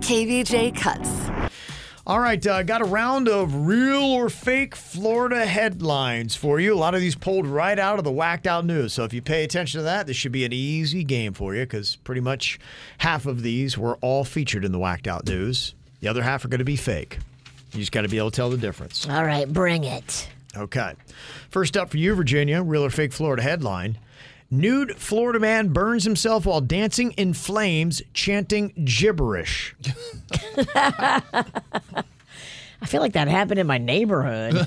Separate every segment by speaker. Speaker 1: KVJ Cuts.
Speaker 2: All right, uh, got a round of real or fake Florida headlines for you. A lot of these pulled right out of the whacked out news. So if you pay attention to that, this should be an easy game for you because pretty much half of these were all featured in the whacked out news. The other half are going to be fake. You just got to be able to tell the difference.
Speaker 1: All right, bring it.
Speaker 2: Okay. First up for you, Virginia, real or fake Florida headline. Nude Florida man burns himself while dancing in flames, chanting gibberish.
Speaker 1: I feel like that happened in my neighborhood.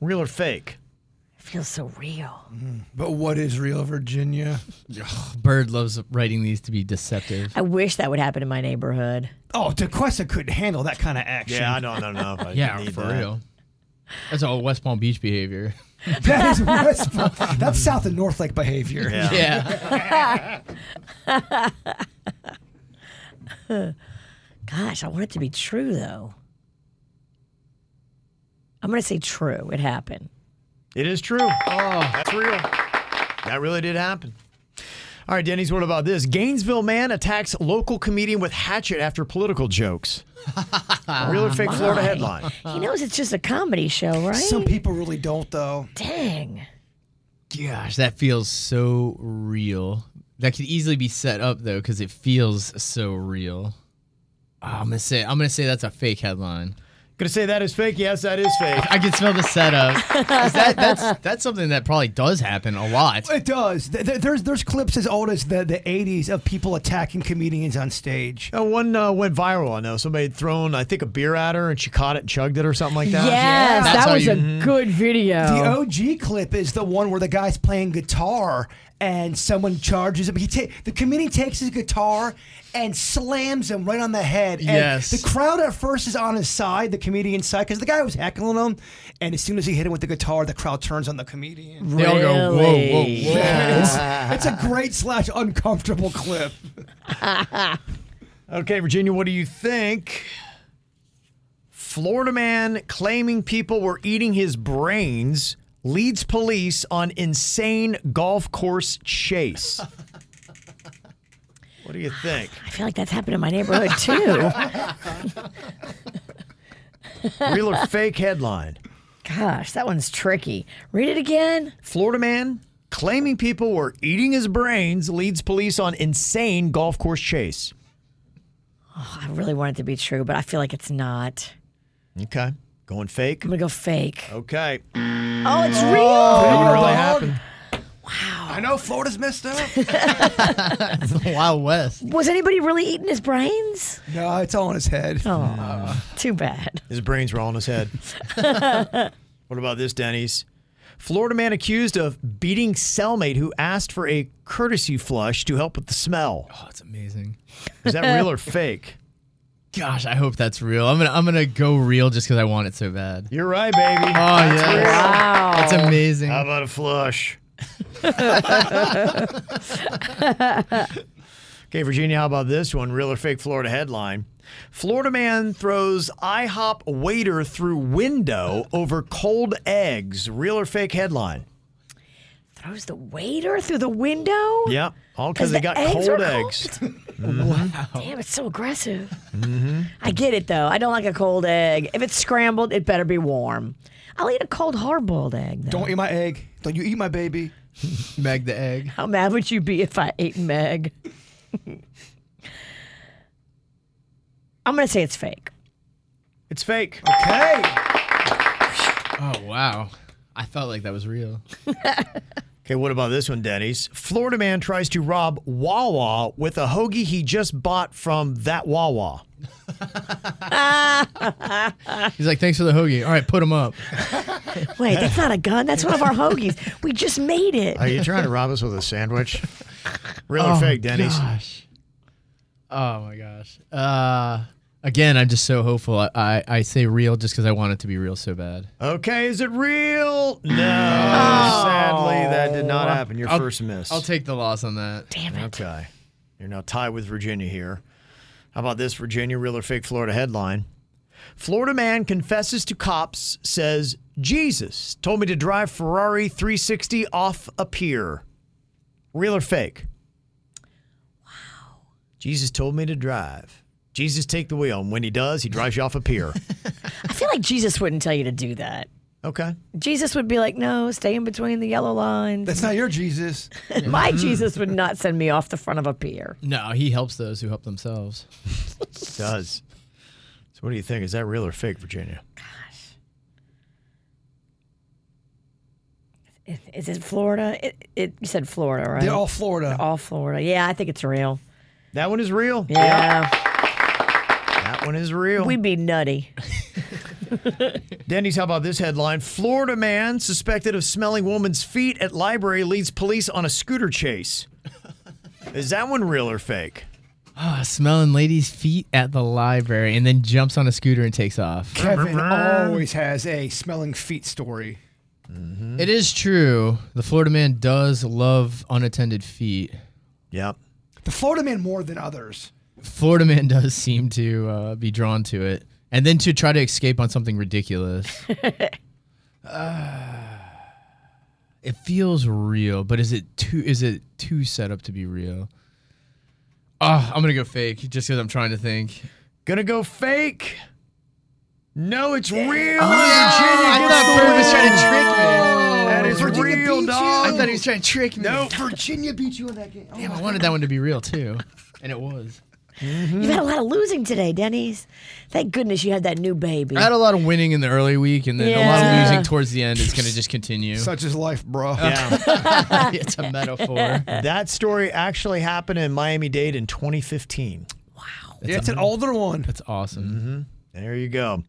Speaker 2: Real or fake?
Speaker 1: feels so real.
Speaker 3: But what is real Virginia?
Speaker 4: Bird loves writing these to be deceptive.
Speaker 1: I wish that would happen in my neighborhood.
Speaker 3: Oh, DeQuesta couldn't handle that kind of action.
Speaker 2: Yeah, I don't, I don't know. if I
Speaker 4: Yeah,
Speaker 2: need
Speaker 4: for
Speaker 2: that.
Speaker 4: real. That's all West Palm Beach behavior.
Speaker 3: that is West, that's South and North Lake behavior.
Speaker 2: Yeah.
Speaker 4: Yeah.
Speaker 1: Gosh, I want it to be true though. I'm gonna say true. It happened.
Speaker 2: It is true. That's real. That really did happen. All right, Denny's, what about this? Gainesville man attacks local comedian with hatchet after political jokes. real or fake Florida headline?
Speaker 1: He knows it's just a comedy show, right?
Speaker 3: Some people really don't, though.
Speaker 1: Dang.
Speaker 4: Gosh, that feels so real. That could easily be set up though, because it feels so real. Oh, I'm gonna say I'm gonna say that's a fake headline.
Speaker 2: Gonna say that is fake. Yes, that is fake.
Speaker 4: I can smell the setup. 'Cause That, that's that's something that probably does happen a lot.
Speaker 3: It does. Th- th- There's there's clips as old as the, the 80s of people attacking comedians on stage.
Speaker 2: Uh, one uh, went viral. I know somebody had thrown, I think, a beer at her, and she caught it and chugged it or something like that.
Speaker 1: Yes,
Speaker 4: That's
Speaker 1: that
Speaker 4: how
Speaker 1: was
Speaker 4: you- Mm-hmm.
Speaker 1: a good video.
Speaker 3: The OG clip is the one where the guy's playing guitar and someone charges him. He ta- the comedian takes his guitar and slams him right on the head. And
Speaker 4: Yes.
Speaker 3: The crowd at first is on his side, the comedian's side, because the guy was heckling him. And as soon as he hit him with the guitar, the crowd turns on the comedian.
Speaker 4: They all go, whoa, whoa, whoa.
Speaker 1: Really?
Speaker 3: It's a great slash uncomfortable clip.
Speaker 2: Okay, Virginia, what do you think? Florida man claiming people were eating his brains leads police on insane golf course chase. what do you think?
Speaker 1: I feel like that's happened in my neighborhood too.
Speaker 2: Real or fake headline?
Speaker 1: Gosh, that one's tricky. Read it again.
Speaker 2: Florida man claiming people were eating his brains leads police on insane golf course chase.
Speaker 1: I really want it to be true, but I feel like it's not.
Speaker 2: Okay. Going fake?
Speaker 1: I'm gonna go fake.
Speaker 2: Okay. Oh,
Speaker 1: Oh, it's real.
Speaker 2: That really happened.
Speaker 3: I know Florida's messed up.
Speaker 4: Wild West.
Speaker 1: Was anybody really eating his brains?
Speaker 3: no, it's all in his head.
Speaker 1: Too bad.
Speaker 2: His brains were all in his head. what about this, Denny's? Florida man accused of beating cellmate who asked for a courtesy flush to help with the smell.
Speaker 4: Oh, it's amazing.
Speaker 2: Is that real or fake?
Speaker 4: Gosh, I hope that's real. I'm gonna I'm gonna go real just because I want it so bad.
Speaker 2: You're right, baby.
Speaker 4: Oh yeah. Wow. That's amazing.
Speaker 2: How about a flush? okay, Virginia, how about this one? Real or fake Florida headline. Florida man throws IHOP waiter through window over cold eggs. Real or fake headline?
Speaker 1: Throws the waiter through the window.
Speaker 2: Yep. All because
Speaker 1: 'Cause
Speaker 2: they
Speaker 1: the
Speaker 2: got
Speaker 1: eggs
Speaker 2: cold
Speaker 1: are
Speaker 2: eggs. Mm-hmm.
Speaker 1: Damn, it's so aggressive. I get it though. I don't like a cold egg. If it's scrambled, it better be warm. I'll eat a cold hard-boiled egg. Though.
Speaker 3: Don't eat my egg. Don't you eat my baby.
Speaker 4: Meg the egg.
Speaker 1: How mad would you be if I ate Meg? I'm gonna say it's fake.
Speaker 2: It's fake.
Speaker 3: Okay.
Speaker 4: Oh wow. I felt like that was real.
Speaker 2: Okay, what about this one, Denny's? Florida man tries to rob Wawa with a hoagie he just bought from that Wawa.
Speaker 4: He's like, thanks for the hoagie. All right, put him up.
Speaker 1: Wait, that's not a gun. That's one of our hoagies. We just made it.
Speaker 2: Are you trying to rob us with a sandwich? Real or fake, Denny's?
Speaker 4: Gosh. Oh my gosh. Uh, again, I'm just so hopeful. I, I, I say real just because I want it to be real so bad.
Speaker 2: Okay, is it real? No. Sadly, that did not happen. Your first miss.
Speaker 4: I'll take the loss on that.
Speaker 1: Damn it.
Speaker 2: Okay. You're now tied with Virginia here. How about this Virginia real or fake Florida headline? Florida man confesses to cops, says, Jesus told me to drive Ferrari 360 off a pier. Real or fake? Wow. Jesus told me to drive. Jesus take the wheel, and when he does, he drives you off a pier.
Speaker 1: I feel like Jesus wouldn't tell you to do that.
Speaker 2: Okay.
Speaker 1: Jesus would be like, no, stay in between the yellow lines.
Speaker 3: That's not your Jesus.
Speaker 1: My Jesus would not send me off the front of a pier.
Speaker 4: No, he helps those who help themselves.
Speaker 2: Does. So what do you think? Is that real or fake, Virginia?
Speaker 1: Is- Is it Florida? It, it, you said Florida, right?
Speaker 3: They're all Florida.
Speaker 1: All Florida. Yeah, I think it's real.
Speaker 2: That one is real.
Speaker 1: Yeah.
Speaker 2: That one is real.
Speaker 1: We'd be nutty.
Speaker 2: Denny's, how about this headline? Florida man suspected of smelling woman's feet at library leads police on a scooter chase. Is that one real or fake?
Speaker 4: Ah, smelling ladies' feet at the library and then jumps on a scooter and takes off.
Speaker 3: Kevin always has a smelling feet story.
Speaker 4: It is true. The Florida man does love unattended feet.
Speaker 2: Yep.
Speaker 3: The Florida man more than others.
Speaker 4: Florida man does seem to uh, be drawn to it. And then to try to escape on something ridiculous. Ah. it feels real, but is it too is it too set up to be real? Ah, I'm gonna go fake just because I'm trying to think.
Speaker 2: Gonna go fake. No, it's real.
Speaker 3: Oh,
Speaker 4: I thought Bird was trying to trick me.
Speaker 2: That is
Speaker 3: Virginia
Speaker 2: real,
Speaker 3: beat
Speaker 4: I
Speaker 2: dog.
Speaker 4: thought he was trying to trick me.
Speaker 2: Nope.
Speaker 3: Virginia beat you in that game. Oh
Speaker 4: Damn,
Speaker 3: my-
Speaker 4: I wanted that one to be real too, and it was.
Speaker 1: You've had a lot of losing today, Denny's. Thank goodness you had that new baby.
Speaker 4: I had a lot of winning in the early week, and then a lot
Speaker 1: Yeah.
Speaker 4: of losing towards the end. It's gonna just continue.
Speaker 3: Such is life, bro.
Speaker 2: Yeah.
Speaker 4: it's a metaphor.
Speaker 2: that story actually happened in Miami Dade in 2015.
Speaker 3: Yeah, it's an older one.
Speaker 4: That's awesome.
Speaker 2: There you go.